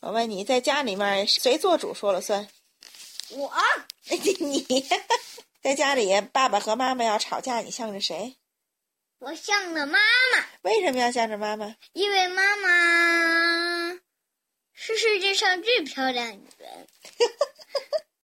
我问你，在家里面谁做主说了算？ 我你 在家里，爸爸和妈妈要吵架，你向着谁？我向着妈，为什么要向着妈妈？因为妈妈是世界上最漂亮的人。